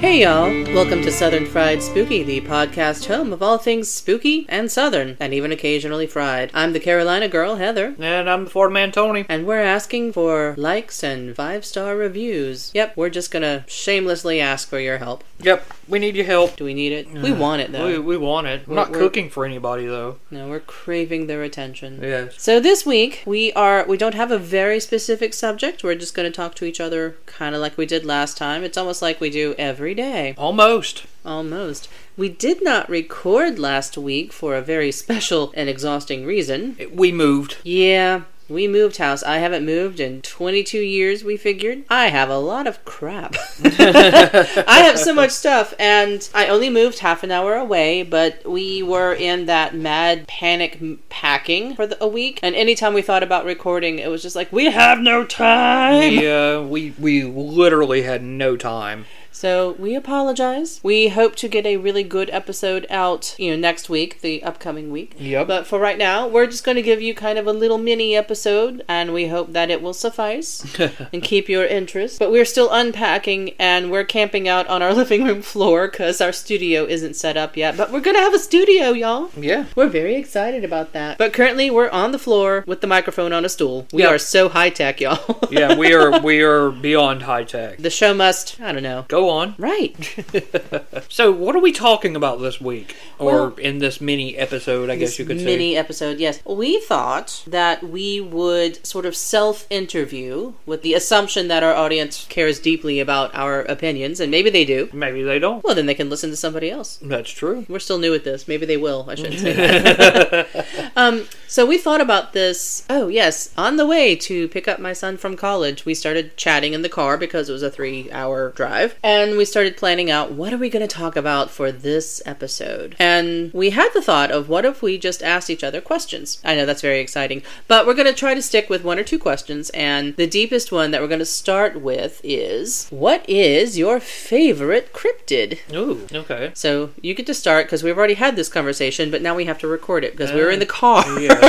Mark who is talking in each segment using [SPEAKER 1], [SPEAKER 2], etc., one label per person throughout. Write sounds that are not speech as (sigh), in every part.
[SPEAKER 1] Hey y'all! Welcome to Southern Fried Spooky, the podcast home of all things spooky and southern, and even occasionally fried. I'm the Carolina girl, Heather,
[SPEAKER 2] And I'm the Ford man, Tony.
[SPEAKER 1] and we're asking for likes and five star reviews. Yep, we're just gonna shamelessly ask for your help.
[SPEAKER 2] Yep, we need your help.
[SPEAKER 1] Do we need it? We want it though.
[SPEAKER 2] We, we want it. We're,
[SPEAKER 1] We're-
[SPEAKER 2] not
[SPEAKER 1] we're-
[SPEAKER 2] cooking for anybody though.
[SPEAKER 1] No, we're craving their attention.
[SPEAKER 2] Yes.
[SPEAKER 1] So this week we are we don't have a very specific subject. We're just going to talk to each other kind of like we did last time. It's almost like we do every day.
[SPEAKER 2] Almost.
[SPEAKER 1] Almost. We did not record last week for a very special and exhausting reason.
[SPEAKER 2] It- we moved.
[SPEAKER 1] Yeah, we moved house. I haven't moved in 22 years, we figured. I have a lot of crap. (laughs) I have so much stuff, and I only moved half an hour away, but we were in that mad panic m- packing for the, a week. And anytime we thought about recording, it was just like, we have no time.
[SPEAKER 2] Yeah, we we literally had no time.
[SPEAKER 1] So we apologize. We hope to get a really good episode out, you know, next week, the upcoming week.
[SPEAKER 2] Yep.
[SPEAKER 1] But for right now, we're just going to give you kind of a little mini episode, and we hope that it will suffice and keep your interest. But we're still unpacking, and we're camping out on our (laughs) living room floor because our studio isn't set up yet. But we're going to have a studio, y'all.
[SPEAKER 2] yeah.
[SPEAKER 1] We're very excited about that. But currently, we're on the floor with the microphone on a stool. We
[SPEAKER 2] Yep.
[SPEAKER 1] are so high tech, y'all.
[SPEAKER 2] Yeah, we are we are beyond high
[SPEAKER 1] (laughs)
[SPEAKER 2] tech.
[SPEAKER 1] the show must, I don't know.
[SPEAKER 2] Go on.
[SPEAKER 1] Right.
[SPEAKER 2] So, what are we talking about this week, or
[SPEAKER 1] Well-
[SPEAKER 2] in this mini episode? I guess you could
[SPEAKER 1] mini episode. Yes, we thought that we would sort of self-interview with the assumption that our audience cares deeply about our opinions, and maybe they do.
[SPEAKER 2] say. Maybe they don't.
[SPEAKER 1] Well, then they can listen to somebody else.
[SPEAKER 2] That's true.
[SPEAKER 1] We're still new at this. Maybe they will. I shouldn't say that. um, so we thought about this. Oh yes, on the way to pick up my son from college, we started chatting in the car because it was a three-hour drive, and we started planning out what are we going to talk about for this episode. And we had the thought of what if we just asked each other questions. I know that's very exciting, but we're going to try to stick with one or two questions. And the deepest one that we're going to start with is what is your favorite cryptid?
[SPEAKER 2] Ooh. Okay.
[SPEAKER 1] So you get to start because we've already had this conversation, but now we have to record it because we were in
[SPEAKER 2] Ah,
[SPEAKER 1] the car.
[SPEAKER 2] Yeah.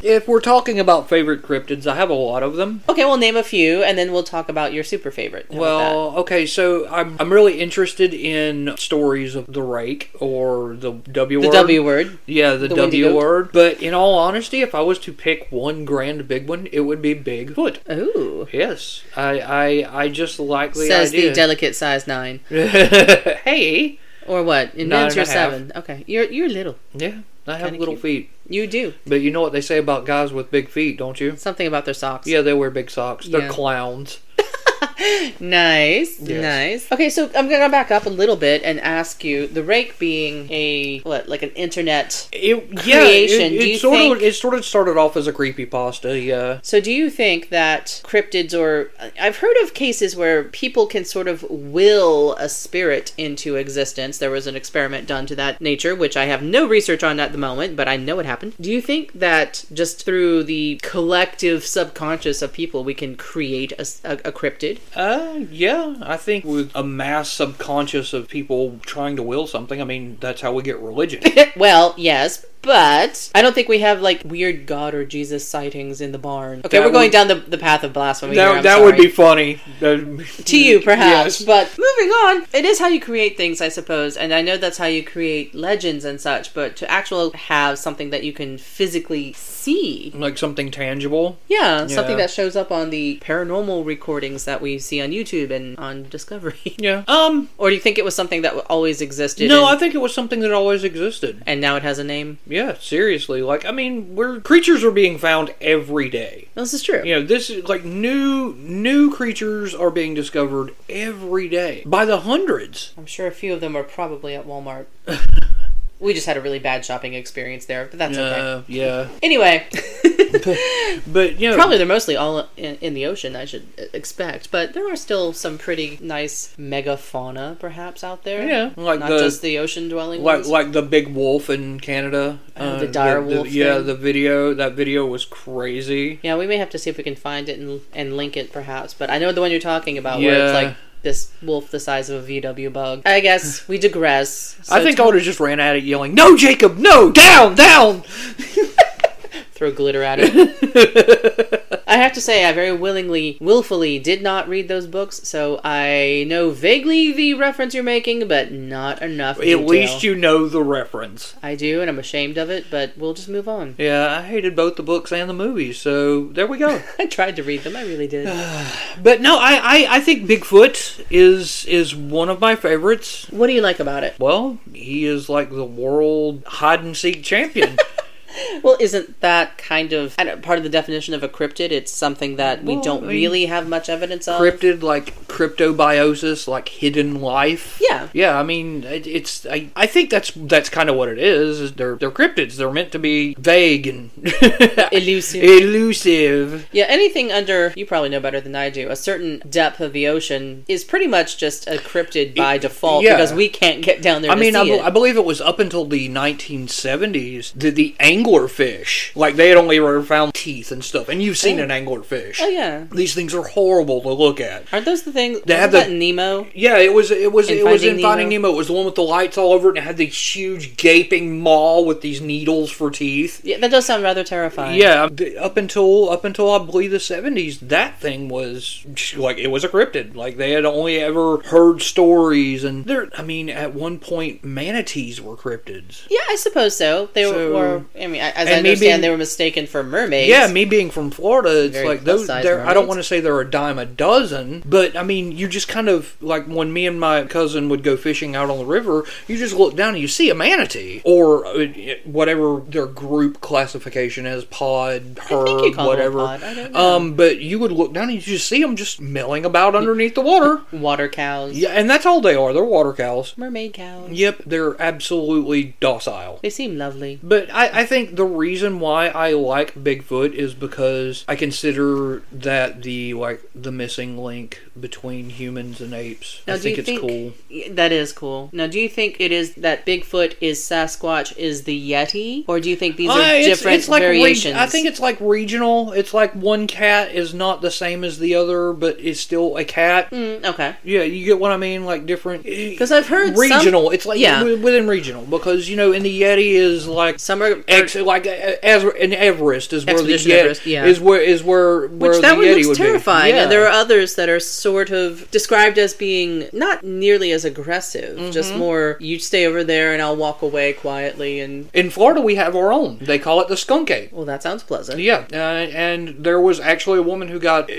[SPEAKER 2] (laughs) if we're talking about favorite cryptids, I have a lot of them.
[SPEAKER 1] (laughs) Okay, we'll name a few and then we'll talk about your super favorite. How about
[SPEAKER 2] Well, okay, so I'm I'm really interested in stories of the rake or the W
[SPEAKER 1] that? the
[SPEAKER 2] word.
[SPEAKER 1] W word.
[SPEAKER 2] Yeah, the,
[SPEAKER 1] the
[SPEAKER 2] W
[SPEAKER 1] Wendigo.
[SPEAKER 2] word. But in all honesty, if I was to pick one grand big one, it would be Bigfoot.
[SPEAKER 1] Ooh.
[SPEAKER 2] Yes, I I, I just like the
[SPEAKER 1] Says the
[SPEAKER 2] idea.
[SPEAKER 1] delicate size nine.
[SPEAKER 2] (laughs) hey,
[SPEAKER 1] Or what? In
[SPEAKER 2] Nine
[SPEAKER 1] men's
[SPEAKER 2] and
[SPEAKER 1] you're
[SPEAKER 2] a half.
[SPEAKER 1] seven. Okay. You're you're little.
[SPEAKER 2] yeah, I have
[SPEAKER 1] Kinda
[SPEAKER 2] little
[SPEAKER 1] cute.
[SPEAKER 2] feet,
[SPEAKER 1] You do.
[SPEAKER 2] but you know what they say about guys with big feet, don't you?
[SPEAKER 1] Something about their socks.
[SPEAKER 2] Yeah, they wear big socks. They're
[SPEAKER 1] Yeah.
[SPEAKER 2] clowns.
[SPEAKER 1] Nice.
[SPEAKER 2] Yes.
[SPEAKER 1] Nice. Okay, so I'm gonna back up a little bit and ask you the rake being a what, like an internet
[SPEAKER 2] It,
[SPEAKER 1] Creation, do
[SPEAKER 2] Yeah, it, it
[SPEAKER 1] you
[SPEAKER 2] sort
[SPEAKER 1] think-
[SPEAKER 2] of it sort of started off as a creepy pasta. Yeah.
[SPEAKER 1] So, do you think that cryptids or I've heard of cases where people can sort of will a spirit into existence? There was an experiment done to that nature, which I have no research on at the moment, but I know it happened. Do you think that just through the collective subconscious of people, we can create a, s- a- a cryptid? (laughs)
[SPEAKER 2] Uh, yeah, I think with a mass subconscious of people trying to will something, I mean, that's how we
[SPEAKER 1] (laughs)
[SPEAKER 2] get religion.
[SPEAKER 1] well, yes. But I don't think we have like weird God or Jesus sightings in the barn. Okay,
[SPEAKER 2] That
[SPEAKER 1] we're going
[SPEAKER 2] would-
[SPEAKER 1] down the, the path of blasphemy. here,
[SPEAKER 2] that
[SPEAKER 1] I'm
[SPEAKER 2] that would
[SPEAKER 1] sorry.
[SPEAKER 2] be funny. That'd be-
[SPEAKER 1] to
[SPEAKER 2] (laughs)
[SPEAKER 1] you perhaps
[SPEAKER 2] Yes.
[SPEAKER 1] but moving on it is how you create things i suppose and i know that's how you create legends and such but to actually have something that you can physically see
[SPEAKER 2] Like something tangible.
[SPEAKER 1] yeah, something
[SPEAKER 2] Yeah.
[SPEAKER 1] that shows up on the paranormal recordings that we see on youtube and on discovery (laughs)
[SPEAKER 2] Yeah. Um,
[SPEAKER 1] or do you think it was something that always existed
[SPEAKER 2] no,
[SPEAKER 1] and,
[SPEAKER 2] I think it was something that always existed.
[SPEAKER 1] and now it has a name
[SPEAKER 2] Yeah, seriously. Like, I mean, we're creatures are being found every day.
[SPEAKER 1] this is true
[SPEAKER 2] You know, this is like new new creatures are being discovered every day by the hundreds.
[SPEAKER 1] i'm sure a few of them are probably at (laughs) walmart we just had a really bad shopping experience there but that's okay
[SPEAKER 2] Uh, yeah.
[SPEAKER 1] anyway (laughs)
[SPEAKER 2] But (laughs) you know,
[SPEAKER 1] Probably they're mostly all in, in the ocean, I should expect, but there are still some pretty nice megafauna perhaps out there.
[SPEAKER 2] Yeah, like
[SPEAKER 1] not
[SPEAKER 2] the-
[SPEAKER 1] just the ocean dwelling
[SPEAKER 2] like
[SPEAKER 1] ones.
[SPEAKER 2] like the big wolf in Canada.
[SPEAKER 1] Oh, the dire wolf
[SPEAKER 2] yeah,
[SPEAKER 1] thing.
[SPEAKER 2] the video that video was crazy.
[SPEAKER 1] yeah, we may have to see if we can find it and, and link it perhaps, but I know the one you're talking about where it's
[SPEAKER 2] Yeah.
[SPEAKER 1] like this wolf the size of a VW bug. I guess we digress.
[SPEAKER 2] (laughs) I
[SPEAKER 1] So
[SPEAKER 2] think I would have just ran at it yelling, "No, Jacob, no, down, down!" (laughs)
[SPEAKER 1] throw glitter at it. I have to say, I very willingly, willfully did not read those books, so I know vaguely the reference you're making, but not enough.
[SPEAKER 2] At least you know the reference.
[SPEAKER 1] I do, and I'm ashamed of it, but we'll just move on. (laughs)
[SPEAKER 2] Yeah, I hated both the books and the movies, so there we (laughs) go.
[SPEAKER 1] I tried to read them, I really did.
[SPEAKER 2] but no, I, I, I think Bigfoot is is one of my favorites.
[SPEAKER 1] what do you like about it?
[SPEAKER 2] Well, he is like the world hide and seek champion.
[SPEAKER 1] Well, isn't that kind of I don't, part of the definition of a cryptid? It's something that we
[SPEAKER 2] Well,
[SPEAKER 1] don't
[SPEAKER 2] I mean,
[SPEAKER 1] really have much evidence of.
[SPEAKER 2] Cryptid like cryptobiosis, like hidden life.
[SPEAKER 1] Yeah.
[SPEAKER 2] yeah. I mean, it, it's I, I think that's that's kind of what it is. is They're they're cryptids. They're meant to be vague and
[SPEAKER 1] (laughs) Elusive.
[SPEAKER 2] Elusive.
[SPEAKER 1] Yeah, anything under, you probably know better than I do, a certain depth of the ocean is pretty much just a cryptid by default
[SPEAKER 2] yeah.
[SPEAKER 1] because we can't get down there
[SPEAKER 2] I
[SPEAKER 1] to
[SPEAKER 2] mean,
[SPEAKER 1] see
[SPEAKER 2] I,
[SPEAKER 1] it.
[SPEAKER 2] be- I believe it was up until the 1970s that the anglerfish, like they had only ever found teeth and stuff. And you've seen an anglerfish.
[SPEAKER 1] oh, yeah.
[SPEAKER 2] These things are horrible to look at.
[SPEAKER 1] Aren't those the things?
[SPEAKER 2] They have
[SPEAKER 1] wasn't
[SPEAKER 2] the-
[SPEAKER 1] that Nemo?
[SPEAKER 2] Yeah, it was it was
[SPEAKER 1] In
[SPEAKER 2] it was
[SPEAKER 1] Finding
[SPEAKER 2] in Finding
[SPEAKER 1] Nemo.
[SPEAKER 2] Nemo. It was the one with the lights all over it and it had these huge gaping maw with these needles for teeth.
[SPEAKER 1] Yeah, that does sound rather terrifying.
[SPEAKER 2] Yeah, th- up until up until I believe the seventies, that thing was like it was a cryptid. Like they had only ever heard stories, and there. I mean, at one point, manatees were cryptids.
[SPEAKER 1] Yeah, I suppose so. They
[SPEAKER 2] So-
[SPEAKER 1] were, I mean, as I
[SPEAKER 2] And maybe-
[SPEAKER 1] understand, they were mistaken for mermaids.
[SPEAKER 2] Yeah, me being from Florida, it's
[SPEAKER 1] Very
[SPEAKER 2] like those.
[SPEAKER 1] plus-size
[SPEAKER 2] They're, I don't
[SPEAKER 1] mermaids.
[SPEAKER 2] want to say they're a dime a dozen, but I mean, you just kind of like when me and my cousin would go fishing out on the river. You just look down and you see a manatee or uh, whatever their group classification is, pod,
[SPEAKER 1] I think
[SPEAKER 2] herd,
[SPEAKER 1] you call
[SPEAKER 2] whatever.
[SPEAKER 1] them a pod. I don't know.
[SPEAKER 2] Um, but you would look down and you just see them just milling about underneath
[SPEAKER 1] (laughs)
[SPEAKER 2] the water.
[SPEAKER 1] Water cows.
[SPEAKER 2] Yeah, and that's all they are. They're water cows.
[SPEAKER 1] Mermaid cows.
[SPEAKER 2] Yep, they're absolutely docile.
[SPEAKER 1] They seem lovely.
[SPEAKER 2] But I, I think the reason why I like Bigfoot is because I consider that the like the missing link between humans and apes. I
[SPEAKER 1] Now,
[SPEAKER 2] think
[SPEAKER 1] do you
[SPEAKER 2] it's cool.
[SPEAKER 1] Y- That is cool. Now, do you think it is that Bigfoot is Sasquatch is the Yeti, or do you think these are
[SPEAKER 2] Uh, it's-
[SPEAKER 1] different
[SPEAKER 2] it's like reg-
[SPEAKER 1] variations?
[SPEAKER 2] I think it's like regional. It's like one cat is not the same as the other, but it's still a cat.
[SPEAKER 1] Mm, okay.
[SPEAKER 2] Yeah, you get what I mean. Like different. eh,
[SPEAKER 1] Because I've heard some-
[SPEAKER 2] regional. it's like
[SPEAKER 1] Yeah.
[SPEAKER 2] yeah. within regional because you know, and the Yeti is like
[SPEAKER 1] Some are
[SPEAKER 2] Ex- like uh, as an Everest is where the
[SPEAKER 1] Expedition
[SPEAKER 2] Yeti,
[SPEAKER 1] Everest, yeah.
[SPEAKER 2] is where is where where
[SPEAKER 1] which
[SPEAKER 2] the
[SPEAKER 1] that one
[SPEAKER 2] Yeti
[SPEAKER 1] looks
[SPEAKER 2] would
[SPEAKER 1] terrifying,
[SPEAKER 2] be. Yeah.
[SPEAKER 1] and there are others that are sort of described as being not nearly as aggressive, just more you stay over there and I'll walk away quietly, and
[SPEAKER 2] in Florida we have our own. They call it the skunk ape.
[SPEAKER 1] well, that sounds pleasant.
[SPEAKER 2] Yeah, uh, and there was actually a woman who got uh,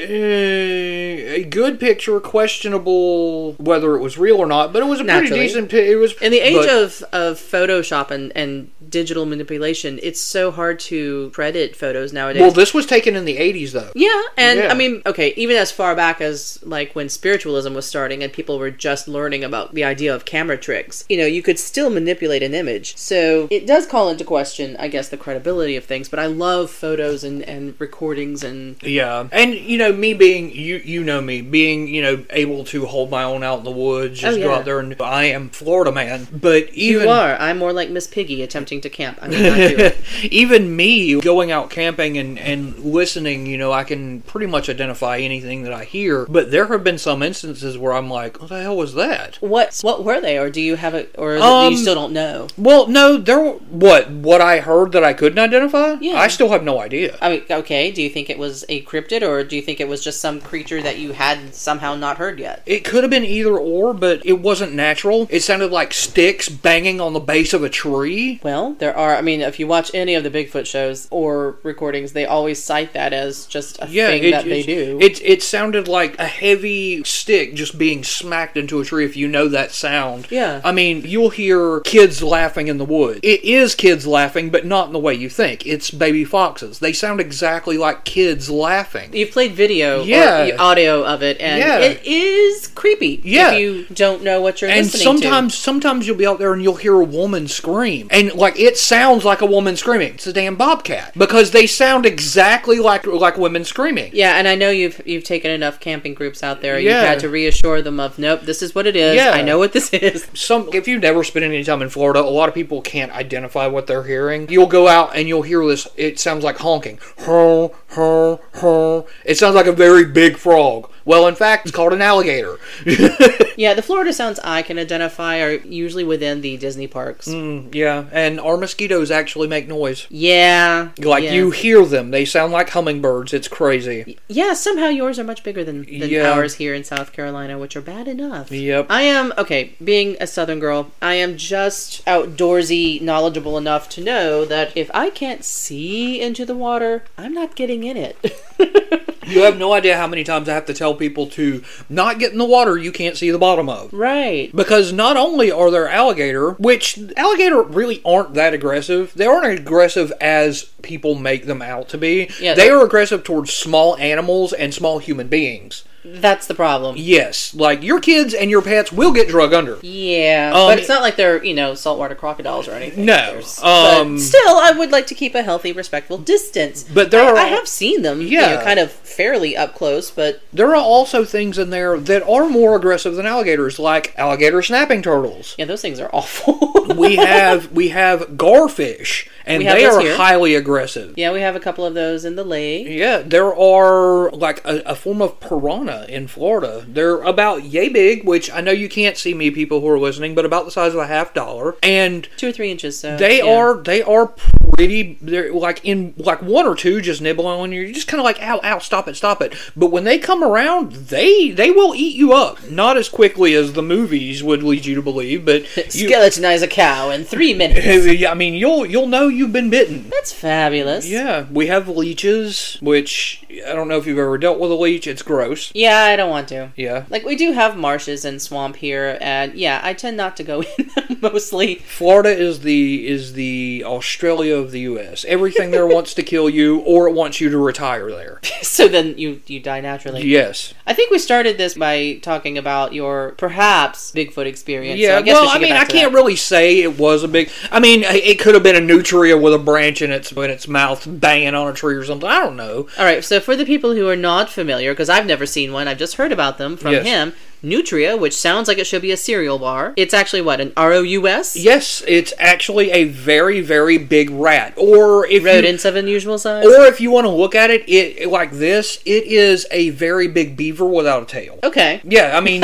[SPEAKER 2] a good picture, questionable whether it was real or not, but it was a
[SPEAKER 1] Naturally.
[SPEAKER 2] pretty decent. Pi- it was
[SPEAKER 1] In the age
[SPEAKER 2] but-
[SPEAKER 1] of, of Photoshop and, and digital manipulation, it's so hard to credit photos nowadays.
[SPEAKER 2] well, this was taken in the eighties though.
[SPEAKER 1] Yeah, and
[SPEAKER 2] Yeah.
[SPEAKER 1] I mean, okay, even as far back as like when spiritualism was starting and people were just learning about the idea of camera tricks, you know, you could still manipulate an image. So it does call into question, I guess, the credibility of things, but I love photos and, and recordings and.
[SPEAKER 2] Yeah, and you know me being you, you know me being you know able to hold my own out in the woods, just
[SPEAKER 1] Oh,
[SPEAKER 2] go
[SPEAKER 1] yeah.
[SPEAKER 2] out there and I am Florida man. But even
[SPEAKER 1] you are. I'm more like Miss Piggy attempting to camp. I mean, I do it.
[SPEAKER 2] (laughs) even me going out camping and, and listening, you know, I can pretty much identify anything that I hear. But there have been some instances where I'm like, what the hell was that?
[SPEAKER 1] What what were they, or do you have it, or is it-
[SPEAKER 2] Um,
[SPEAKER 1] you still don't know?
[SPEAKER 2] Well, no, there. What what I heard that I couldn't identify?
[SPEAKER 1] Yeah.
[SPEAKER 2] I still have no idea.
[SPEAKER 1] I mean, okay. Do you think it was a cryptid, or do you think it was just some creature that you had somehow not heard yet?
[SPEAKER 2] It could have been either or, but it wasn't natural. It sounded like sticks banging on the base of a tree.
[SPEAKER 1] Well, there are. I mean, if you watch any of the Bigfoot shows or recordings, they always cite that as just a
[SPEAKER 2] Yeah,
[SPEAKER 1] thing
[SPEAKER 2] it,
[SPEAKER 1] that they
[SPEAKER 2] it-
[SPEAKER 1] do.
[SPEAKER 2] It it sounded like a heavy stick just being smacked into a tree. If you know that sound,
[SPEAKER 1] Yeah.
[SPEAKER 2] I mean, you'll hear kids laughing in the woods. It is kids laughing, but not in the way you think. It's baby foxes. They sound exactly like kids laughing.
[SPEAKER 1] You've played video
[SPEAKER 2] Yeah.
[SPEAKER 1] or the audio of it, and
[SPEAKER 2] Yeah.
[SPEAKER 1] it is creepy
[SPEAKER 2] Yeah.
[SPEAKER 1] if you don't know what you're
[SPEAKER 2] and
[SPEAKER 1] listening
[SPEAKER 2] sometimes, sometimes you'll be out there and you'll hear a woman scream, and like it sounds like a woman screaming. It's a damn bobcat because they sound exactly like like women screaming.
[SPEAKER 1] to. Yeah, and I know you've you've taken enough camping groups out there. You've
[SPEAKER 2] Yeah.
[SPEAKER 1] had to reassure them of, nope, this is what it is.
[SPEAKER 2] Yeah.
[SPEAKER 1] I know what this (laughs) is.
[SPEAKER 2] some if you've never spent any time in Florida, a lot of people can't identify what they're hearing. You'll go out and you'll hear this. It sounds like honking. Honk, honk, honk. It sounds like a very big frog. Well, in fact, it's called an alligator. (laughs)
[SPEAKER 1] Yeah, the Florida sounds I can identify are usually within the Disney parks.
[SPEAKER 2] Mm, yeah, and our mosquitoes actually make noise.
[SPEAKER 1] Yeah.
[SPEAKER 2] Like
[SPEAKER 1] yeah.
[SPEAKER 2] you hear them, they sound like hummingbirds. It's crazy.
[SPEAKER 1] Yeah, somehow yours are much bigger than, than
[SPEAKER 2] Yeah.
[SPEAKER 1] ours here in South Carolina, which are bad enough.
[SPEAKER 2] Yep.
[SPEAKER 1] I am, okay, being a Southern girl, I am just outdoorsy, knowledgeable enough to know that if I can't see into the water, I'm not getting in it. (laughs)
[SPEAKER 2] You have no idea how many times I have to tell people to not get in the water you can't see the bottom of.
[SPEAKER 1] right.
[SPEAKER 2] Because not only are there alligator, which alligator really aren't that aggressive. They aren't aggressive as people make them out to be.
[SPEAKER 1] Yeah,
[SPEAKER 2] they
[SPEAKER 1] they're-
[SPEAKER 2] are aggressive towards small animals and small human beings.
[SPEAKER 1] That's the problem.
[SPEAKER 2] Yes, like your kids and your pets will get drug under.
[SPEAKER 1] Yeah,
[SPEAKER 2] Um,
[SPEAKER 1] but it's not like they're you know saltwater crocodiles or anything.
[SPEAKER 2] No,
[SPEAKER 1] There's- but
[SPEAKER 2] um,
[SPEAKER 1] still, I would like to keep a healthy, respectful distance.
[SPEAKER 2] But there
[SPEAKER 1] I,
[SPEAKER 2] are-
[SPEAKER 1] I have seen them, you know,
[SPEAKER 2] Yeah.
[SPEAKER 1] kind of fairly up close, but
[SPEAKER 2] There are also things in there that are more aggressive than alligators, like alligator snapping turtles.
[SPEAKER 1] yeah, those things are awful.
[SPEAKER 2] (laughs)
[SPEAKER 1] (laughs)
[SPEAKER 2] We have we have garfish, and
[SPEAKER 1] We have
[SPEAKER 2] they
[SPEAKER 1] those
[SPEAKER 2] are
[SPEAKER 1] here.
[SPEAKER 2] highly aggressive.
[SPEAKER 1] yeah, we have a couple of those in the lake.
[SPEAKER 2] Yeah, there are like a, a form of piranha in Florida. They're about yay big, which I know you can't see me, people who are listening, but about the size of a half dollar. And
[SPEAKER 1] Two or three inches. So
[SPEAKER 2] they
[SPEAKER 1] yeah.
[SPEAKER 2] are they are pretty. They're like in like one or two just nibble on you. You're just kind of like ow ow stop it stop it. But when they come around, they they will eat you up. Not as quickly as the movies would lead you to believe, but you. (laughs)
[SPEAKER 1] skeletonize a cow in three minutes.
[SPEAKER 2] I mean, you'll you'll know you've been bitten.
[SPEAKER 1] That's fabulous.
[SPEAKER 2] Yeah, we have leeches, which I don't know if you've ever dealt with a leech. It's gross.
[SPEAKER 1] Yeah, I don't want to.
[SPEAKER 2] Yeah.
[SPEAKER 1] Like we do have marshes and swamp here, and yeah, I tend not to go (laughs) in them mostly.
[SPEAKER 2] Florida is the is the Australia of the US. Everything there wants to kill you or it wants you to retire
[SPEAKER 1] (laughs)
[SPEAKER 2] there.
[SPEAKER 1] So then you you die naturally.
[SPEAKER 2] Yes.
[SPEAKER 1] I think we started this by talking about your perhaps Bigfoot experience. so
[SPEAKER 2] Yeah.
[SPEAKER 1] I guess we
[SPEAKER 2] well,
[SPEAKER 1] should
[SPEAKER 2] I
[SPEAKER 1] get
[SPEAKER 2] mean,
[SPEAKER 1] back
[SPEAKER 2] I
[SPEAKER 1] to
[SPEAKER 2] can't
[SPEAKER 1] that.
[SPEAKER 2] really say it was a big I mean, i- it could have been a nutria with a branch in its in its mouth banging on a tree or something. I don't know.
[SPEAKER 1] All right, so for the people who are not familiar, because I've never seen one, I've just heard about them from
[SPEAKER 2] Yes.
[SPEAKER 1] him. Nutria, which sounds like it should be a cereal bar, it's actually what an R O U S.
[SPEAKER 2] Yes, it's actually a very very big rat or if you-
[SPEAKER 1] Rodents of unusual size.
[SPEAKER 2] or if you want to look at it, it like this, it is a very big beaver without a tail.
[SPEAKER 1] okay.
[SPEAKER 2] Yeah, I
[SPEAKER 1] (laughs)
[SPEAKER 2] mean,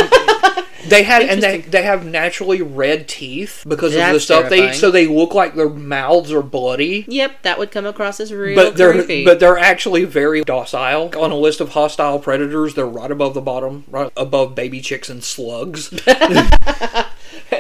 [SPEAKER 2] they had and they
[SPEAKER 1] Interesting.
[SPEAKER 2] they have naturally red teeth because of the
[SPEAKER 1] That's
[SPEAKER 2] stuff they
[SPEAKER 1] terrifying.
[SPEAKER 2] eat, so they look like their mouths are bloody.
[SPEAKER 1] Yep, that would come across as real
[SPEAKER 2] But they're
[SPEAKER 1] creepy.
[SPEAKER 2] but they're actually very docile. On a list of hostile predators, they're right above the bottom, right above baby chicks and
[SPEAKER 1] (laughs)
[SPEAKER 2] slugs.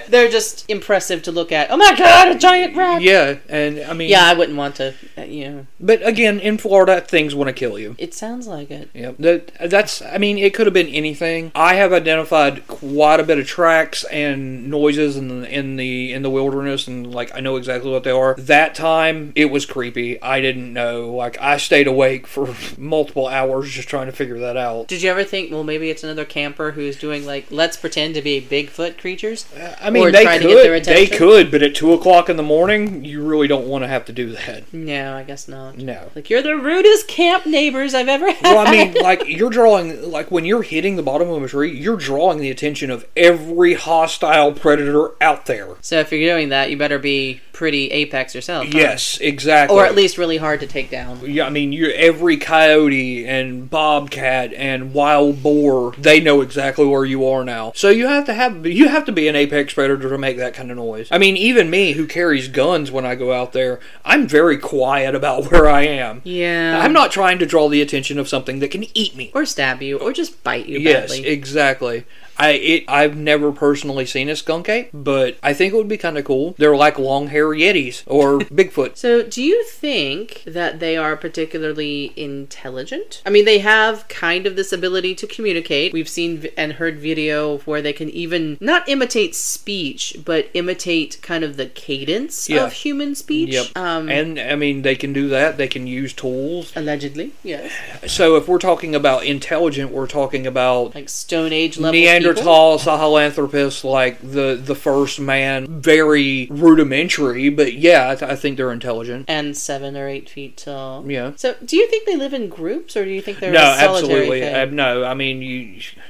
[SPEAKER 1] they're just impressive to look at. Oh my god, a giant rat! Yeah,
[SPEAKER 2] yeah, and I mean,
[SPEAKER 1] I wouldn't want to. uh, You know,
[SPEAKER 2] But again, in Florida, things want to kill you.
[SPEAKER 1] it sounds like it.
[SPEAKER 2] Yeah, that that's. I mean, it could have been anything. I have identified quite a bit of tracks and noises in the in the in the wilderness, and like I know exactly what they are. That time, it was creepy. I didn't know. Like I stayed awake for (laughs) multiple hours just trying to figure that out.
[SPEAKER 1] Did you ever think, well, maybe it's another camper who's doing like, let's pretend to be Bigfoot creatures?
[SPEAKER 2] I mean,
[SPEAKER 1] Or
[SPEAKER 2] they
[SPEAKER 1] trying
[SPEAKER 2] could.
[SPEAKER 1] to get their
[SPEAKER 2] they
[SPEAKER 1] attention?
[SPEAKER 2] could, but at two o'clock in the morning, you really don't want to have to do that.
[SPEAKER 1] (laughs) No, I guess not.
[SPEAKER 2] No.
[SPEAKER 1] Like you're the rudest camp neighbors I've ever had.
[SPEAKER 2] Well, I mean, like you're drawing, like when you're hitting the bottom of a tree, you're drawing the attention of every hostile predator out there.
[SPEAKER 1] so if you're doing that, you better be pretty apex yourself. huh?
[SPEAKER 2] Yes, exactly.
[SPEAKER 1] Or at least really hard to take down.
[SPEAKER 2] yeah, I mean, you every coyote and bobcat and wild boar, they know exactly where you are now. So you have to have you have to be an apex predator to make that kind of noise. I mean, even me who carries guns when I go out there, I'm very quiet about (laughs) where I am.
[SPEAKER 1] Yeah.
[SPEAKER 2] I'm not trying to draw the attention of something that can eat me.
[SPEAKER 1] Or stab you, or just bite you
[SPEAKER 2] Yes,
[SPEAKER 1] badly.
[SPEAKER 2] exactly. I it, I've never personally seen a skunk ape, but I think it would be kind of cool. They're like long hair yetis or (laughs) Bigfoot.
[SPEAKER 1] so, do you think that they are particularly intelligent? I mean, they have kind of this ability to communicate. We've seen v- and heard video where they can even not imitate speech, but imitate kind of the cadence
[SPEAKER 2] Yeah.
[SPEAKER 1] of human speech.
[SPEAKER 2] Yep.
[SPEAKER 1] Um,
[SPEAKER 2] and I mean, they can do that. They can use tools.
[SPEAKER 1] allegedly, yes.
[SPEAKER 2] So if we're talking about intelligent, we're talking about
[SPEAKER 1] like Stone Age level
[SPEAKER 2] Neanderthal, Sahelanthropus, like the the first man, very rudimentary, but yeah, I, th- I think they're intelligent.
[SPEAKER 1] and seven or eight feet tall.
[SPEAKER 2] Yeah.
[SPEAKER 1] So, do you think they live in groups, or do you think they're
[SPEAKER 2] no,
[SPEAKER 1] a solitary
[SPEAKER 2] absolutely.
[SPEAKER 1] thing?
[SPEAKER 2] Uh, no, I mean you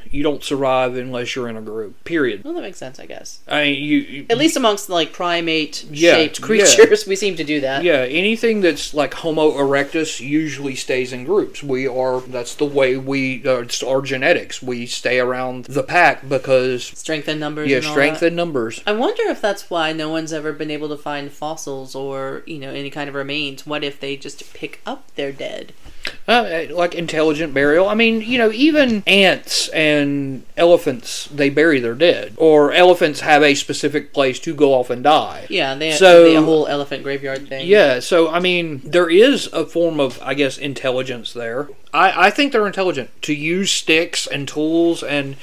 [SPEAKER 2] you don't survive unless you're in a group. Period.
[SPEAKER 1] well, that makes sense, I guess.
[SPEAKER 2] I mean you. you
[SPEAKER 1] At least amongst like primate-shaped
[SPEAKER 2] Mm. Yeah, yeah.
[SPEAKER 1] creatures, (laughs) we seem to do that.
[SPEAKER 2] yeah, anything that's like Homo erectus usually stays in groups. We are that's the way we uh, it's our genetics. We stay around the pack because
[SPEAKER 1] Strength in numbers.
[SPEAKER 2] yeah,
[SPEAKER 1] and all
[SPEAKER 2] strength
[SPEAKER 1] that.
[SPEAKER 2] in numbers.
[SPEAKER 1] I wonder if that's why no one's ever been able to find fossils or you know any kind of remains. What if they just pick up their dead?
[SPEAKER 2] Uh, like intelligent burial. I mean, you know, even ants and elephants, they bury their dead. Or elephants have a specific place to go off and die.
[SPEAKER 1] Yeah, they
[SPEAKER 2] So-
[SPEAKER 1] the whole elephant graveyard thing.
[SPEAKER 2] Yeah, so I mean, there is a form of, I guess, intelligence there. I, I think they're intelligent to use sticks and tools and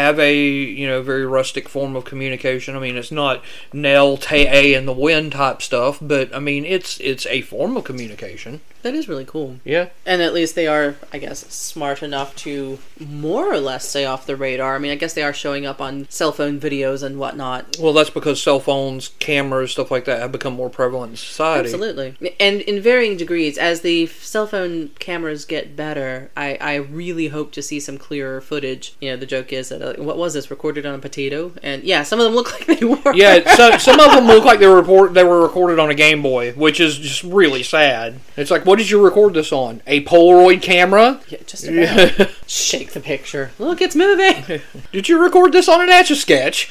[SPEAKER 2] have a you know very rustic form of communication. I mean, it's not Nell Te in the wind type stuff, but I mean, it's it's a form of communication.
[SPEAKER 1] that is really cool.
[SPEAKER 2] Yeah,
[SPEAKER 1] And at least they are, I guess, smart enough to more or less stay off the radar. I mean, I guess they are showing up on cell phone videos and whatnot.
[SPEAKER 2] Well, that's because cell phones, cameras, stuff like that have become more prevalent in society.
[SPEAKER 1] Absolutely. And in varying degrees, as the f- cell phone cameras get better, I, I really hope to see some clearer footage. You know, the joke is that, uh, what was this, recorded on a potato? And yeah, some of them look (laughs) like they were.
[SPEAKER 2] Yeah, so, some of them look like they were report, they were recorded on a Game Boy, which is just really sad. It's like, what did you record this on? A Polaroid camera?
[SPEAKER 1] Yeah, just about.
[SPEAKER 2] (laughs)
[SPEAKER 1] shake the picture. Look, it's moving.
[SPEAKER 2] did you record this on an etch a sketch?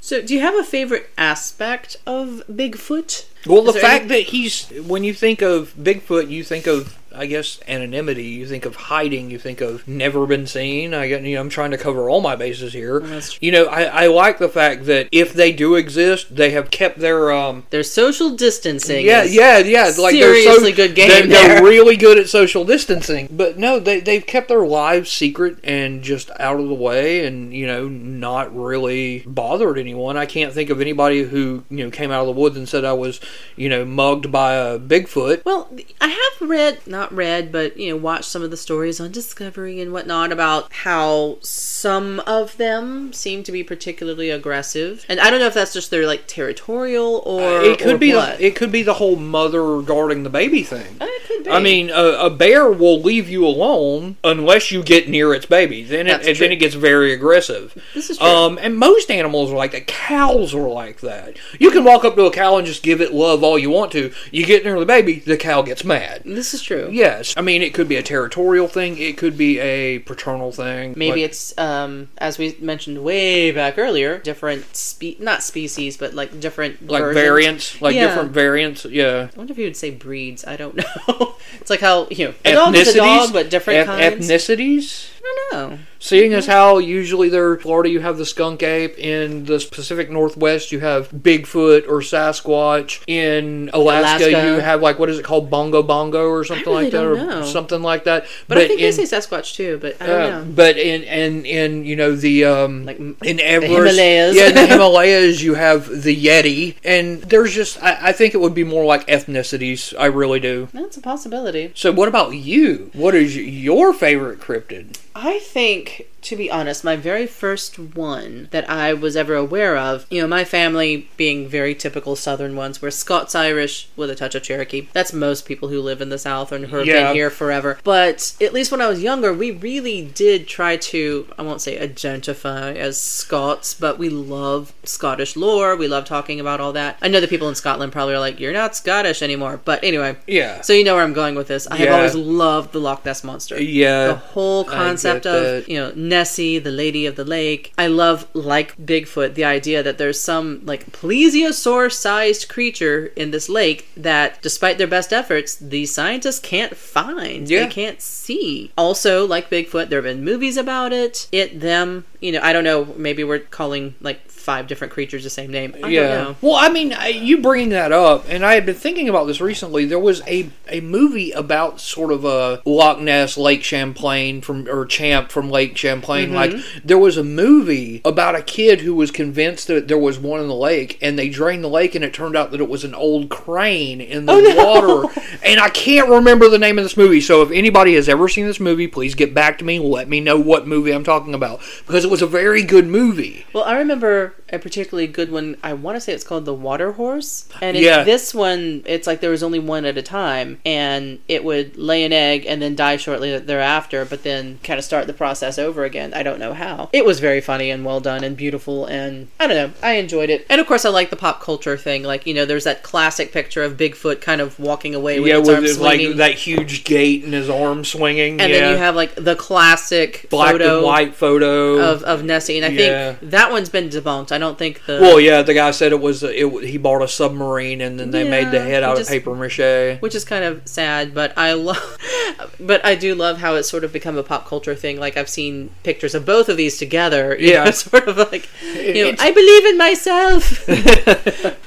[SPEAKER 1] so, do you have a favorite aspect of Bigfoot? Is
[SPEAKER 2] Well, the
[SPEAKER 1] there
[SPEAKER 2] fact that he's when you think of Bigfoot, you think of I guess anonymity. You think of hiding. You think of never been seen. I get, you know, I'm trying to cover all my bases here.
[SPEAKER 1] that's true.
[SPEAKER 2] You know, I, I like the fact that if they do exist, they have kept their um,
[SPEAKER 1] Their social distancing.
[SPEAKER 2] Yeah,
[SPEAKER 1] is-
[SPEAKER 2] yeah, yeah. Like they're so,
[SPEAKER 1] Seriously good game
[SPEAKER 2] They're,
[SPEAKER 1] there.
[SPEAKER 2] they're really good at social distancing, but no, they they've kept their lives secret and just out of the way, and you know, not really bothered anyone. I can't think of anybody who you know came out of the woods and said I was you know mugged by a Bigfoot.
[SPEAKER 1] Well, I have read, not read, but you know, watched some of the stories on Discovery and whatnot about how some of them seem to be particularly aggressive, and I don't know if that's just their like territorial or
[SPEAKER 2] It could
[SPEAKER 1] or
[SPEAKER 2] be
[SPEAKER 1] what. Uh,
[SPEAKER 2] the, it could be the whole mother guarding the baby thing.
[SPEAKER 1] It could be.
[SPEAKER 2] I mean, a, a bear will leave you alone unless you get near its baby. Then it
[SPEAKER 1] That's
[SPEAKER 2] and
[SPEAKER 1] true.
[SPEAKER 2] then it gets very aggressive.
[SPEAKER 1] This is true.
[SPEAKER 2] Um, and most animals are like that. Cows are like that. You can walk up to a cow and just give it love all you want to. You get near the baby, the cow gets mad.
[SPEAKER 1] this is true.
[SPEAKER 2] Yes, I mean it could be a territorial thing. It could be a paternal thing.
[SPEAKER 1] Maybe
[SPEAKER 2] Like-
[SPEAKER 1] it's um, as we mentioned way back earlier, different spe- not species, but like different
[SPEAKER 2] like
[SPEAKER 1] versions.
[SPEAKER 2] variants, like
[SPEAKER 1] Yeah.
[SPEAKER 2] different variants. Yeah.
[SPEAKER 1] I wonder if you would say breeds. I don't (laughs) know. it's like how you know a dog is a dog, but different
[SPEAKER 2] eth-
[SPEAKER 1] kinds.
[SPEAKER 2] Ethnicities.
[SPEAKER 1] I don't know.
[SPEAKER 2] Seeing as how usually there in Florida you have the skunk ape, in the Pacific Northwest you have Bigfoot or Sasquatch, in Alaska,
[SPEAKER 1] Alaska.
[SPEAKER 2] you have like what is it called Bongo Bongo or something
[SPEAKER 1] really
[SPEAKER 2] like that
[SPEAKER 1] don't
[SPEAKER 2] or
[SPEAKER 1] know.
[SPEAKER 2] something like that.
[SPEAKER 1] But, I think
[SPEAKER 2] in,
[SPEAKER 1] they say Sasquatch too. But I
[SPEAKER 2] uh,
[SPEAKER 1] don't know.
[SPEAKER 2] but in and in you know the um
[SPEAKER 1] Like, m-
[SPEAKER 2] in Everest,
[SPEAKER 1] Himalayas.
[SPEAKER 2] yeah,
[SPEAKER 1] (laughs)
[SPEAKER 2] in the Himalayas you have the Yeti, and there's just I, I think it would be more like ethnicities. I really do.
[SPEAKER 1] That's a possibility.
[SPEAKER 2] So what about you? What is your favorite cryptid?
[SPEAKER 1] I think, to be honest, my very first one that I was ever aware of, you know, my family being very typical Southern ones, we're Scots Irish with a touch of Cherokee. That's most people who live in the South and who have
[SPEAKER 2] Yeah.
[SPEAKER 1] been here forever. But at least when I was younger, we really did try to, I won't say identify as Scots, but we love Scottish lore. We love talking about all that. I know the people in Scotland probably are like, you're not Scottish anymore. But anyway.
[SPEAKER 2] Yeah.
[SPEAKER 1] So you know where I'm going with this. I have
[SPEAKER 2] Yeah.
[SPEAKER 1] always loved the Loch Ness monster.
[SPEAKER 2] Yeah.
[SPEAKER 1] The whole concept
[SPEAKER 2] get
[SPEAKER 1] of,
[SPEAKER 2] that.
[SPEAKER 1] you know, Nessie, the lady of the lake. I love like Bigfoot, the idea that there's some like plesiosaur sized creature in this lake that despite their best efforts, the scientists can't find.
[SPEAKER 2] Yeah.
[SPEAKER 1] They can't see. Also, like Bigfoot, there have been movies about it. It them you know, I don't know. Maybe we're calling like five different creatures the same name. I
[SPEAKER 2] yeah.
[SPEAKER 1] don't know.
[SPEAKER 2] Well, I mean, I- you bringing that up, and I had been thinking about this recently. There was a, a movie about sort of a Loch Ness Lake Champlain from or Champ from Lake Champlain. Like there was a movie about a kid who was convinced that there was one in the lake, and they drained the lake, and it turned out that it was an old crane in the water. And I can't remember the name of this movie. So if anybody has ever seen this movie, please get back to me. and Let me know what movie I'm talking about because it was a very good movie.
[SPEAKER 1] Well, I remember a particularly good one. I want to say it's called The Water Horse. And it's
[SPEAKER 2] Yeah.
[SPEAKER 1] this one, it's like there was only one at a time, and it would lay an egg and then die shortly thereafter, but then kind of start the process over again. I don't know how. It was very funny and well done and beautiful, and I don't know. I enjoyed it. And of course, I like the pop culture thing. Like, you know, there's that classic picture of Bigfoot kind of walking away with
[SPEAKER 2] yeah,
[SPEAKER 1] his
[SPEAKER 2] with
[SPEAKER 1] arms
[SPEAKER 2] his, like
[SPEAKER 1] swinging.
[SPEAKER 2] that huge gate and his arm swinging.
[SPEAKER 1] and
[SPEAKER 2] yeah.
[SPEAKER 1] then you have like the classic
[SPEAKER 2] black
[SPEAKER 1] photo
[SPEAKER 2] and white photo.
[SPEAKER 1] of, of Nessie, and I
[SPEAKER 2] Yeah.
[SPEAKER 1] think that one's been debunked. I don't think the
[SPEAKER 2] well, yeah, the guy said it was it, he bought a submarine and then they made the
[SPEAKER 1] Yeah,
[SPEAKER 2] head
[SPEAKER 1] he
[SPEAKER 2] out
[SPEAKER 1] just-
[SPEAKER 2] of paper mache. Oh
[SPEAKER 1] which is kind of sad but i love (laughs) but i do love how it's sort of become a pop culture thing like i've seen pictures of both of these together you
[SPEAKER 2] Yeah.
[SPEAKER 1] know, (laughs) sort of like you know
[SPEAKER 2] It's-
[SPEAKER 1] i believe in myself (laughs)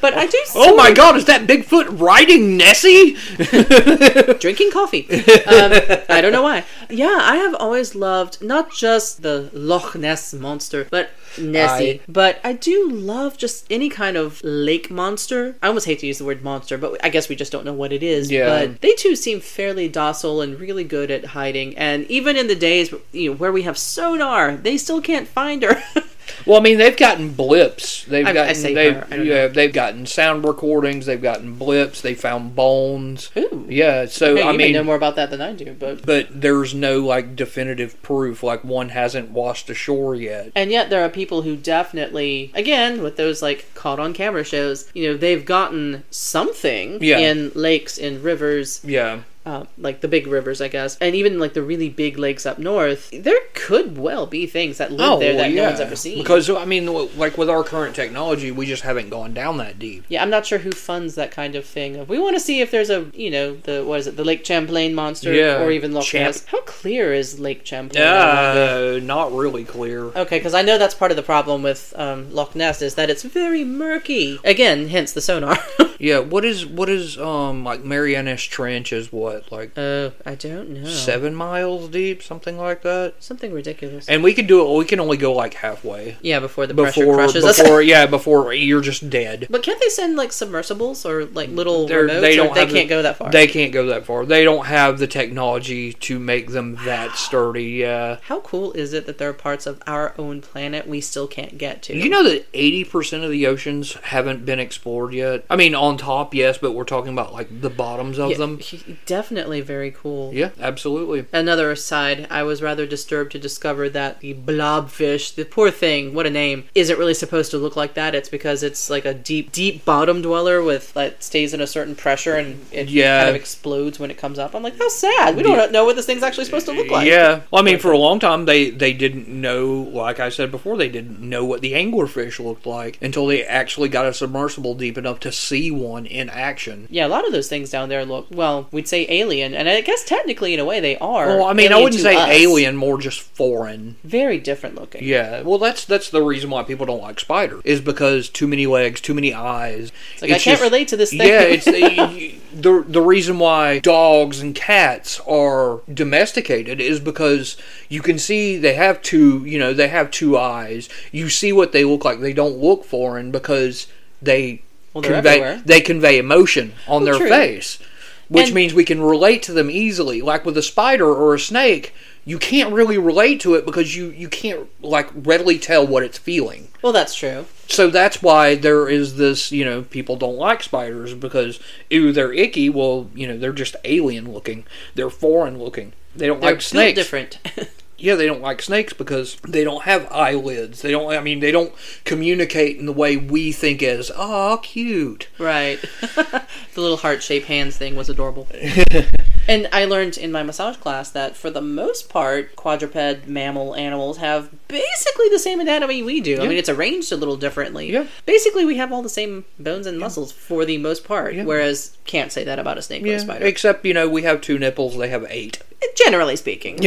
[SPEAKER 1] but i do
[SPEAKER 2] Oh
[SPEAKER 1] sort
[SPEAKER 2] my
[SPEAKER 1] of-
[SPEAKER 2] God! Is that Bigfoot riding Nessie?
[SPEAKER 1] drinking
[SPEAKER 2] (laughs)
[SPEAKER 1] coffee um, i don't know why yeah i have always loved not just the loch ness monster but Nessie,
[SPEAKER 2] Aye.
[SPEAKER 1] but I do love just any kind of lake monster. I almost hate to use the word monster, but I guess we just don't know what it is.
[SPEAKER 2] Yeah.
[SPEAKER 1] But they too seem fairly docile and really good at hiding. And even in the days you know, where we have sonar, they still can't find her. (laughs)
[SPEAKER 2] Well, I mean, they've gotten blips. They've
[SPEAKER 1] I- I
[SPEAKER 2] gotten
[SPEAKER 1] say
[SPEAKER 2] they've,
[SPEAKER 1] her, I don't
[SPEAKER 2] yeah, they've gotten sound recordings. They've gotten blips. They found bones. Yeah, so
[SPEAKER 1] Hey,
[SPEAKER 2] I
[SPEAKER 1] you may
[SPEAKER 2] mean,
[SPEAKER 1] know more about that than I do, but
[SPEAKER 2] but there's no like definitive proof. Like one hasn't washed ashore yet.
[SPEAKER 1] And yet, there are people who definitely, again, with those like caught on camera shows, you know, they've gotten something
[SPEAKER 2] Yeah.
[SPEAKER 1] in lakes, in rivers,
[SPEAKER 2] Yeah.
[SPEAKER 1] uh, like the big rivers, I guess, and even like the really big lakes up north. There could well be things that live there
[SPEAKER 2] well,
[SPEAKER 1] that no one's ever seen.
[SPEAKER 2] Oh, Because I mean, w- like with our current technology, we just haven't gone down that deep.
[SPEAKER 1] yeah, I'm not sure who funds that kind of thing. Of we want to see if there's a you know the what is it the Lake Champlain monster
[SPEAKER 2] Yeah,
[SPEAKER 1] or even Loch
[SPEAKER 2] Champ-
[SPEAKER 1] Ness. How clear is Lake Champlain? I wonder?
[SPEAKER 2] Uh, not really clear.
[SPEAKER 1] Okay, because I know that's part of the problem with um, Loch Ness is that it's very murky. Again, hence the sonar. (laughs)
[SPEAKER 2] Yeah, what is what is um like Marianas Trench is what like
[SPEAKER 1] Oh, I don't know.
[SPEAKER 2] seven miles deep, something like that.
[SPEAKER 1] Something ridiculous.
[SPEAKER 2] And we can do it. We can only go like halfway
[SPEAKER 1] yeah, before the pressure
[SPEAKER 2] before
[SPEAKER 1] crushes us.
[SPEAKER 2] before yeah before you're just dead.
[SPEAKER 1] (laughs) But can't they send like submersibles or like little
[SPEAKER 2] They're-
[SPEAKER 1] remotes?
[SPEAKER 2] they
[SPEAKER 1] They,
[SPEAKER 2] don't
[SPEAKER 1] they
[SPEAKER 2] have the-
[SPEAKER 1] can't go that far.
[SPEAKER 2] They can't go that far. They don't have the technology to make them that sturdy. Yeah.
[SPEAKER 1] How cool is it that there are parts of our own planet we still can't get to?
[SPEAKER 2] You know that eighty percent of the oceans haven't been explored yet. I mean, on top, yes, but we're talking about like the bottoms of
[SPEAKER 1] Yeah,
[SPEAKER 2] them.
[SPEAKER 1] he- definitely very cool.
[SPEAKER 2] Yeah, absolutely.
[SPEAKER 1] Another aside, I was rather disturbed to discover that the blobfish, the poor thing, what a name, isn't really supposed to look like that. It's because it's like a deep, deep bottom dweller with that stays in a certain pressure and it
[SPEAKER 2] Yeah.
[SPEAKER 1] kind of explodes when it comes up. I'm like, how sad. We don't know what this thing's actually supposed to look like.
[SPEAKER 2] Yeah, well, I mean, for a long time they they didn't know. Like I said before, they didn't know what the anglerfish looked like until they actually got a submersible deep enough to see one in action.
[SPEAKER 1] Yeah, a lot of those things down there look well. We'd say alien, and I guess technically, in a way, they are.
[SPEAKER 2] Well, I mean, I
[SPEAKER 1] alien
[SPEAKER 2] wouldn't
[SPEAKER 1] to
[SPEAKER 2] say
[SPEAKER 1] us.
[SPEAKER 2] alien, more just foreign.
[SPEAKER 1] Very different looking.
[SPEAKER 2] Yeah, well, that's that's the reason why people don't like spider is because too many legs, too many eyes. It's
[SPEAKER 1] like, I can't relate to this thing. (laughs)
[SPEAKER 2] Yeah, it's the, the the reason why dogs and cats are domesticated is because you can see they have two. You know, they have two eyes. You see what they look like. They don't look foreign because they
[SPEAKER 1] Well, they're
[SPEAKER 2] convey
[SPEAKER 1] everywhere.
[SPEAKER 2] they convey emotion on
[SPEAKER 1] Well,
[SPEAKER 2] their
[SPEAKER 1] true.
[SPEAKER 2] face, which
[SPEAKER 1] And-
[SPEAKER 2] means we can relate to them easily. Like with a spider or a snake. You can't really relate to it because you, you can't like readily tell what it's feeling
[SPEAKER 1] Well, that's true.
[SPEAKER 2] so that's why there is this you know people don't like spiders because ew they're icky well you know they're just alien looking they're foreign looking they don't
[SPEAKER 1] They're
[SPEAKER 2] like snakes
[SPEAKER 1] built different. (laughs)
[SPEAKER 2] yeah they don't like snakes because they don't have eyelids they don't i mean they don't communicate in the way we think as oh cute
[SPEAKER 1] (laughs)
[SPEAKER 2] (laughs)
[SPEAKER 1] right. the little heart shaped hands thing was adorable. And I learned in my massage class that for the most part, quadruped mammal animals have basically the same anatomy we do. I
[SPEAKER 2] Yeah.
[SPEAKER 1] mean, it's arranged a little differently.
[SPEAKER 2] Yeah.
[SPEAKER 1] Basically, we have all the same bones and muscles for the most part,
[SPEAKER 2] Yeah.
[SPEAKER 1] whereas can't say that about a snake or a
[SPEAKER 2] Yeah,
[SPEAKER 1] spider.
[SPEAKER 2] except you know we have two nipples, they have eight. (laughs)
[SPEAKER 1] Generally speaking.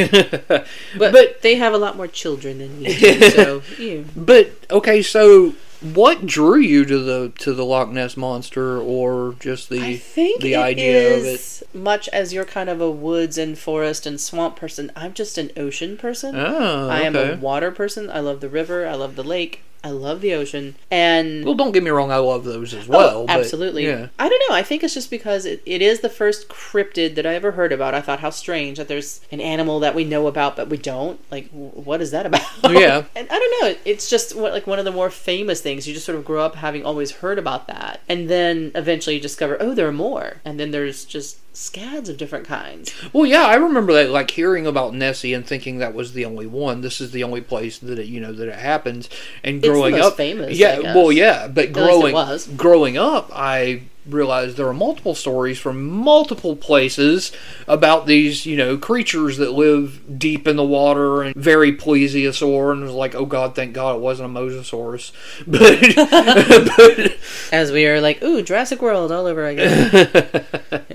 [SPEAKER 2] but
[SPEAKER 1] But, they have a lot more children than we do,
[SPEAKER 2] (laughs)
[SPEAKER 1] so ew.
[SPEAKER 2] but okay, so what drew you to the to the Loch Ness monster, or just the
[SPEAKER 1] I think
[SPEAKER 2] the
[SPEAKER 1] it
[SPEAKER 2] idea of it?
[SPEAKER 1] is much as you're kind of a woods and forest and swamp person. I'm just an ocean person.
[SPEAKER 2] Oh,
[SPEAKER 1] I am
[SPEAKER 2] okay.
[SPEAKER 1] a water person. I love the river. I love the lake. I love the ocean. And
[SPEAKER 2] Well, don't get me wrong, I love those as
[SPEAKER 1] Oh,
[SPEAKER 2] well. but,
[SPEAKER 1] absolutely.
[SPEAKER 2] yeah.
[SPEAKER 1] I don't know. I think it's just because it, it is the first cryptid that I ever heard about. I thought how strange that there's an animal that we know about but we don't. Like, w- what is that about?
[SPEAKER 2] Yeah.
[SPEAKER 1] (laughs) and I don't know. It- It's just what, like one of the more famous things. You just sort of grow up having always heard about that, and then eventually you discover, oh, there are more, and then there's just scads of different kinds.
[SPEAKER 2] Well, yeah, I remember that, like hearing about Nessie and thinking that was the only one. This is the only place that it, you know that it happens. And
[SPEAKER 1] It's the
[SPEAKER 2] growing
[SPEAKER 1] most
[SPEAKER 2] up,
[SPEAKER 1] famous, I
[SPEAKER 2] yeah,
[SPEAKER 1] guess.
[SPEAKER 2] well, yeah, but
[SPEAKER 1] least it
[SPEAKER 2] growing
[SPEAKER 1] was.
[SPEAKER 2] growing up, I realized there are multiple stories from multiple places about these, you know, creatures that live deep in the water and very plesiosaur. And it was like, oh God, thank God it wasn't a mosasaurus. (laughs) But, but
[SPEAKER 1] As we are like, ooh, Jurassic World all over
[SPEAKER 2] (laughs)
[SPEAKER 1] again.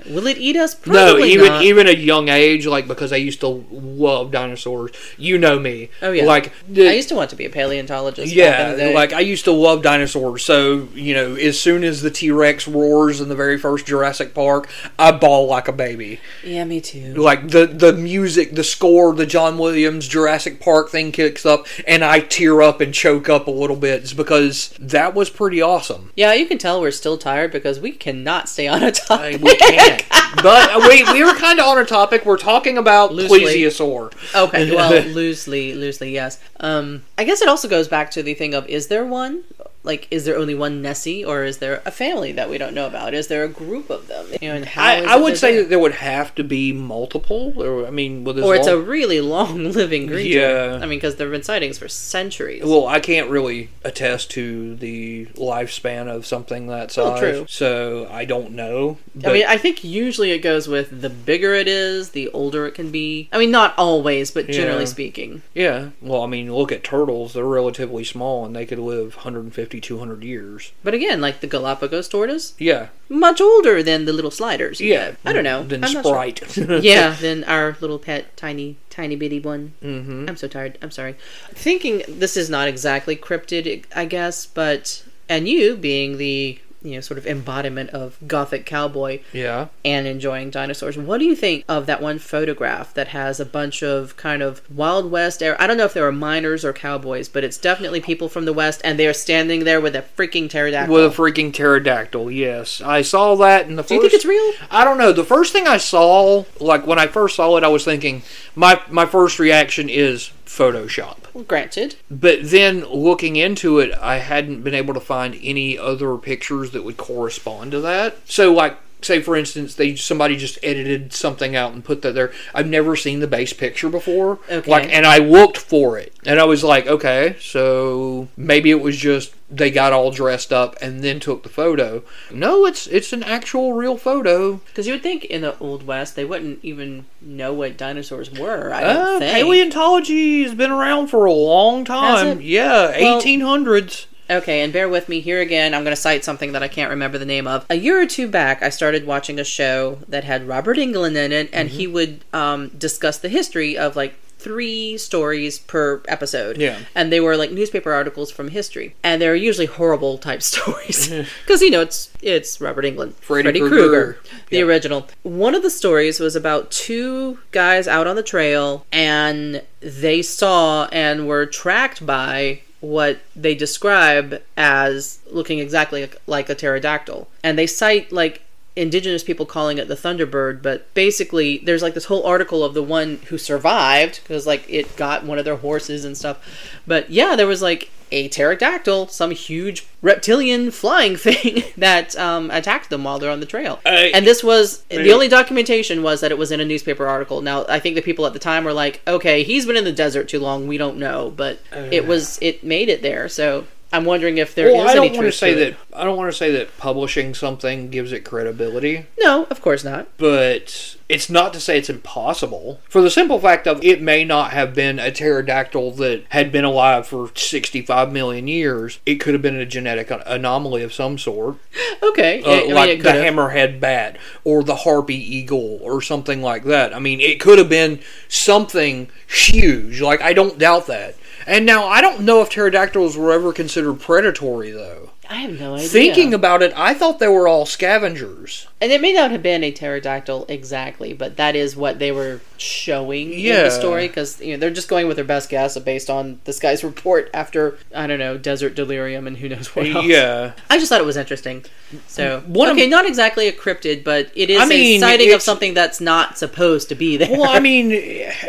[SPEAKER 1] Will it eat us?
[SPEAKER 2] No,
[SPEAKER 1] Probably
[SPEAKER 2] even
[SPEAKER 1] not.
[SPEAKER 2] even at a young age, like because I used to love dinosaurs. You know me.
[SPEAKER 1] Oh, yeah.
[SPEAKER 2] Like
[SPEAKER 1] I used to want to be a paleontologist. back in the
[SPEAKER 2] yeah,
[SPEAKER 1] day.
[SPEAKER 2] like I used to love dinosaurs. So you know, as soon as the T Rex roars in the very first Jurassic Park, I bawl like a baby.
[SPEAKER 1] yeah, me too.
[SPEAKER 2] Like the the music, the score, the John Williams Jurassic Park thing kicks up, and I tear up and choke up a little bit. It's because that was pretty awesome.
[SPEAKER 1] Yeah, you can tell we're still tired because we cannot stay on a
[SPEAKER 2] I- (laughs)
[SPEAKER 1] topic.
[SPEAKER 2] We can't, but we we were kind of on a topic. We're talking about
[SPEAKER 1] Loosely.
[SPEAKER 2] plesiosaur.
[SPEAKER 1] okay,
[SPEAKER 2] (laughs)
[SPEAKER 1] well, loosely, loosely, yes. Um, I guess it also goes back to the thing of is there one? Like, is there only one Nessie, or is there a family that we don't know about? Is there a group of them? You know, and how
[SPEAKER 2] I,
[SPEAKER 1] is
[SPEAKER 2] I
[SPEAKER 1] it
[SPEAKER 2] would
[SPEAKER 1] that
[SPEAKER 2] say
[SPEAKER 1] they're
[SPEAKER 2] that there would have to be multiple. Or I mean, with as
[SPEAKER 1] there? or it's a
[SPEAKER 2] long-
[SPEAKER 1] really long (laughs) living creature.
[SPEAKER 2] Yeah.
[SPEAKER 1] I mean, because there have been sightings for centuries.
[SPEAKER 2] well, I can't really attest to the lifespan of something that size,
[SPEAKER 1] Well, Oh, true.
[SPEAKER 2] so I don't know. But
[SPEAKER 1] I mean, I think usually it goes with the bigger it is, the older it can be. I mean, not always, but generally
[SPEAKER 2] Yeah.
[SPEAKER 1] speaking.
[SPEAKER 2] yeah, well, I mean, look at turtles; they're relatively small, and they could live 150, 200 years.
[SPEAKER 1] But again, like the Galapagos tortoise,
[SPEAKER 2] Yeah,
[SPEAKER 1] much older than the little sliders. you
[SPEAKER 2] yeah.
[SPEAKER 1] know. I don't know.
[SPEAKER 2] Then
[SPEAKER 1] I'm not sure.
[SPEAKER 2] Sprite. (laughs)
[SPEAKER 1] yeah, than our little pet, tiny, tiny bitty one.
[SPEAKER 2] hmm
[SPEAKER 1] I'm so tired. I'm sorry. Thinking this is not exactly cryptid, I guess, but and you being the you know sort of embodiment of gothic cowboy
[SPEAKER 2] Yeah.
[SPEAKER 1] and enjoying dinosaurs. What do you think of that one photograph that has a bunch of kind of Wild West era? I don't know if they were miners or cowboys, but it's definitely people from the West, and they are standing there with a freaking pterodactyl.
[SPEAKER 2] With a freaking pterodactyl, yes. I saw that in the
[SPEAKER 1] do you think it's real?
[SPEAKER 2] I don't know. The first thing I saw, like when I first saw it, I was thinking my my first reaction is Photoshop.
[SPEAKER 1] Granted,
[SPEAKER 2] But then looking into it, I hadn't been able to find any other pictures that would correspond to that. So like say for instance they somebody just edited something out and put that there i've never seen the base picture before
[SPEAKER 1] Okay.
[SPEAKER 2] like and i looked for it and i was like okay so maybe it was just they got all dressed up and then took the photo no it's it's an actual real photo
[SPEAKER 1] Because you would think in the Old West they wouldn't even know what dinosaurs were. I don't
[SPEAKER 2] Uh,
[SPEAKER 1] think.
[SPEAKER 2] paleontology has been around for a long
[SPEAKER 1] Has
[SPEAKER 2] time.
[SPEAKER 1] it?
[SPEAKER 2] Yeah,
[SPEAKER 1] Well-
[SPEAKER 2] eighteen hundreds.
[SPEAKER 1] Okay, and bear with me here again. I'm going to cite something that I can't remember the name of. A year or two back, I started watching a show that had Robert Englund in it, and
[SPEAKER 2] Mm-hmm.
[SPEAKER 1] he would um, discuss the history of like three stories per episode.
[SPEAKER 2] Yeah.
[SPEAKER 1] And they were like newspaper articles from history, and they were usually horrible type (laughs)
[SPEAKER 2] (laughs)
[SPEAKER 1] stories because you know it's it's Robert Englund,
[SPEAKER 2] Freddy
[SPEAKER 1] Krueger,
[SPEAKER 2] Krueger.
[SPEAKER 1] the
[SPEAKER 2] Yeah.
[SPEAKER 1] original. One of the stories was about two guys out on the trail and they saw and were tracked by what they describe as looking exactly like a pterodactyl. And they cite like indigenous people calling it the thunderbird, but basically there's like this whole article of the one who survived because like it got one of their horses and stuff. But yeah, there was like a pterodactyl, some huge reptilian flying (laughs) thing that um, attacked them while they're on the trail.
[SPEAKER 2] I-
[SPEAKER 1] and this was
[SPEAKER 2] Maybe-
[SPEAKER 1] the only documentation was that it was in a newspaper article. Now I think the people at the time were like, "Okay, he's been in the desert too long. We don't know," but it was it made it there. So I'm wondering if there is
[SPEAKER 2] Uh, well, I
[SPEAKER 1] any
[SPEAKER 2] don't want to
[SPEAKER 1] truth
[SPEAKER 2] say
[SPEAKER 1] to it.
[SPEAKER 2] that I don't want to say that publishing something gives it credibility,
[SPEAKER 1] No, of course not.
[SPEAKER 2] but it's not to say it's impossible. For the simple fact of it may not have been a pterodactyl that had been alive for 65 million years. It could have been a genetic an- anomaly of some sort,
[SPEAKER 1] Okay,
[SPEAKER 2] uh,
[SPEAKER 1] yeah, I mean,
[SPEAKER 2] like
[SPEAKER 1] it
[SPEAKER 2] the
[SPEAKER 1] could've.
[SPEAKER 2] hammerhead bat or the harpy eagle or something like that. I mean, it could have been something huge. Like I don't doubt that. And now I don't know if pterodactyls were ever considered predatory though.
[SPEAKER 1] I have no idea.
[SPEAKER 2] Thinking about it, I thought they were all scavengers.
[SPEAKER 1] and it may not have been a pterodactyl exactly, but that is what they were showing in
[SPEAKER 2] Yeah.
[SPEAKER 1] the story because you know they're just going with their best guess based on this guy's (laughs) report after I don't know desert delirium and who knows what else.
[SPEAKER 2] Uh, Yeah.
[SPEAKER 1] I just thought it was interesting. So
[SPEAKER 2] One of-
[SPEAKER 1] okay, not exactly a cryptid, but it is
[SPEAKER 2] I mean,
[SPEAKER 1] a sighting of
[SPEAKER 2] it's-
[SPEAKER 1] something that's not supposed to be there.
[SPEAKER 2] (laughs) Well, I mean,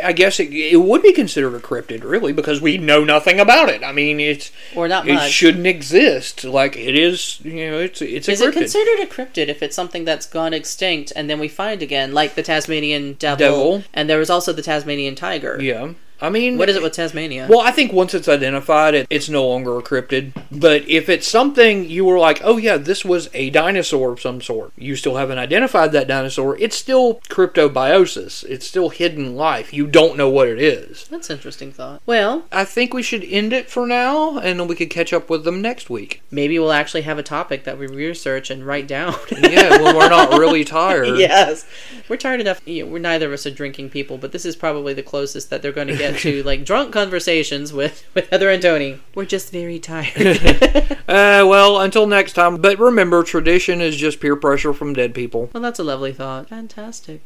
[SPEAKER 2] I guess it, it would be considered a cryptid, really, because we know nothing about it. I mean, it's
[SPEAKER 1] (laughs) or not
[SPEAKER 2] it
[SPEAKER 1] much.
[SPEAKER 2] shouldn't exist. Like it is, you know, it's it's a
[SPEAKER 1] Is
[SPEAKER 2] cryptid.
[SPEAKER 1] it considered a cryptid if it's something that's gone extinct and then we find again, like the Tasmanian devil,
[SPEAKER 2] Devil.
[SPEAKER 1] and there was also the Tasmanian tiger?
[SPEAKER 2] yeah. I mean,
[SPEAKER 1] What is it with Tasmania?
[SPEAKER 2] Well, I think once it's identified, it, it's no longer a cryptid. But if it's something you were like, oh yeah, this was a dinosaur of some sort, you still haven't identified that dinosaur. It's still cryptobiosis. It's still hidden life. You don't know what it is.
[SPEAKER 1] that's an interesting thought. Well,
[SPEAKER 2] I think we should end it for now, and then we could catch up with them next week.
[SPEAKER 1] maybe we'll actually have a topic that we research and write down. (laughs)
[SPEAKER 2] Yeah, when we're not really tired.
[SPEAKER 1] yes, we're tired enough. You know, we're neither of us are drinking people, but this is probably the closest that they're going to get to like drunk conversations with with Heather and Tony. We're just very tired.
[SPEAKER 2] (laughs) Uh, well, until next time. But remember, tradition is just peer pressure from dead people. (laughs)
[SPEAKER 1] Well, that's a lovely thought. Fantastic.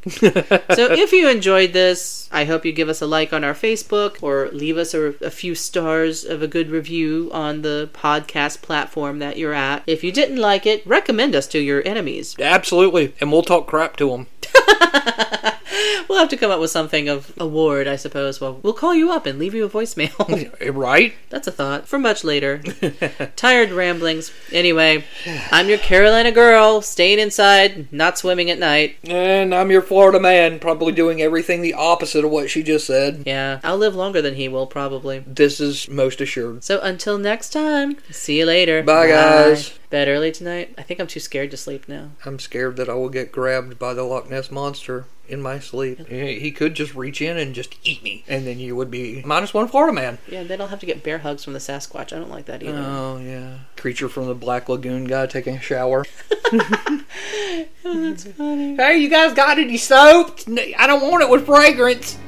[SPEAKER 1] so, if you enjoyed this, I hope you give us a like on our Facebook or leave us a, a few stars of a good review on the podcast platform that you're at. If you didn't like it, recommend us to your enemies.
[SPEAKER 2] Absolutely, and we'll talk crap to them.
[SPEAKER 1] We'll have to come up with something of award, I suppose. Well, we'll call you up and leave you a voicemail.
[SPEAKER 2] Eh, Right?
[SPEAKER 1] that's a thought for much
[SPEAKER 2] (laughs)
[SPEAKER 1] later. Tired ramblings. Anyway, I'm your Carolina girl, staying inside, not swimming at night.
[SPEAKER 2] And I'm your Florida man, probably doing everything the opposite of what she just said.
[SPEAKER 1] Yeah, I'll live longer than he will, probably.
[SPEAKER 2] This is most assured.
[SPEAKER 1] So until next time, see you later.
[SPEAKER 2] Bye, guys.
[SPEAKER 1] Bed early tonight. I think I'm too scared to sleep now.
[SPEAKER 2] I'm scared that I will get grabbed by the Loch Ness monster in my sleep. He he could just reach in and just eat me, and then you would be minus one Florida man.
[SPEAKER 1] Yeah, then I'll have to get bear hugs from the Sasquatch. I don't like that either.
[SPEAKER 2] Oh yeah, creature from the Black Lagoon guy taking a shower. (laughs)
[SPEAKER 1] That's funny.
[SPEAKER 2] Hey, you guys got any soap? I don't want it with fragrance.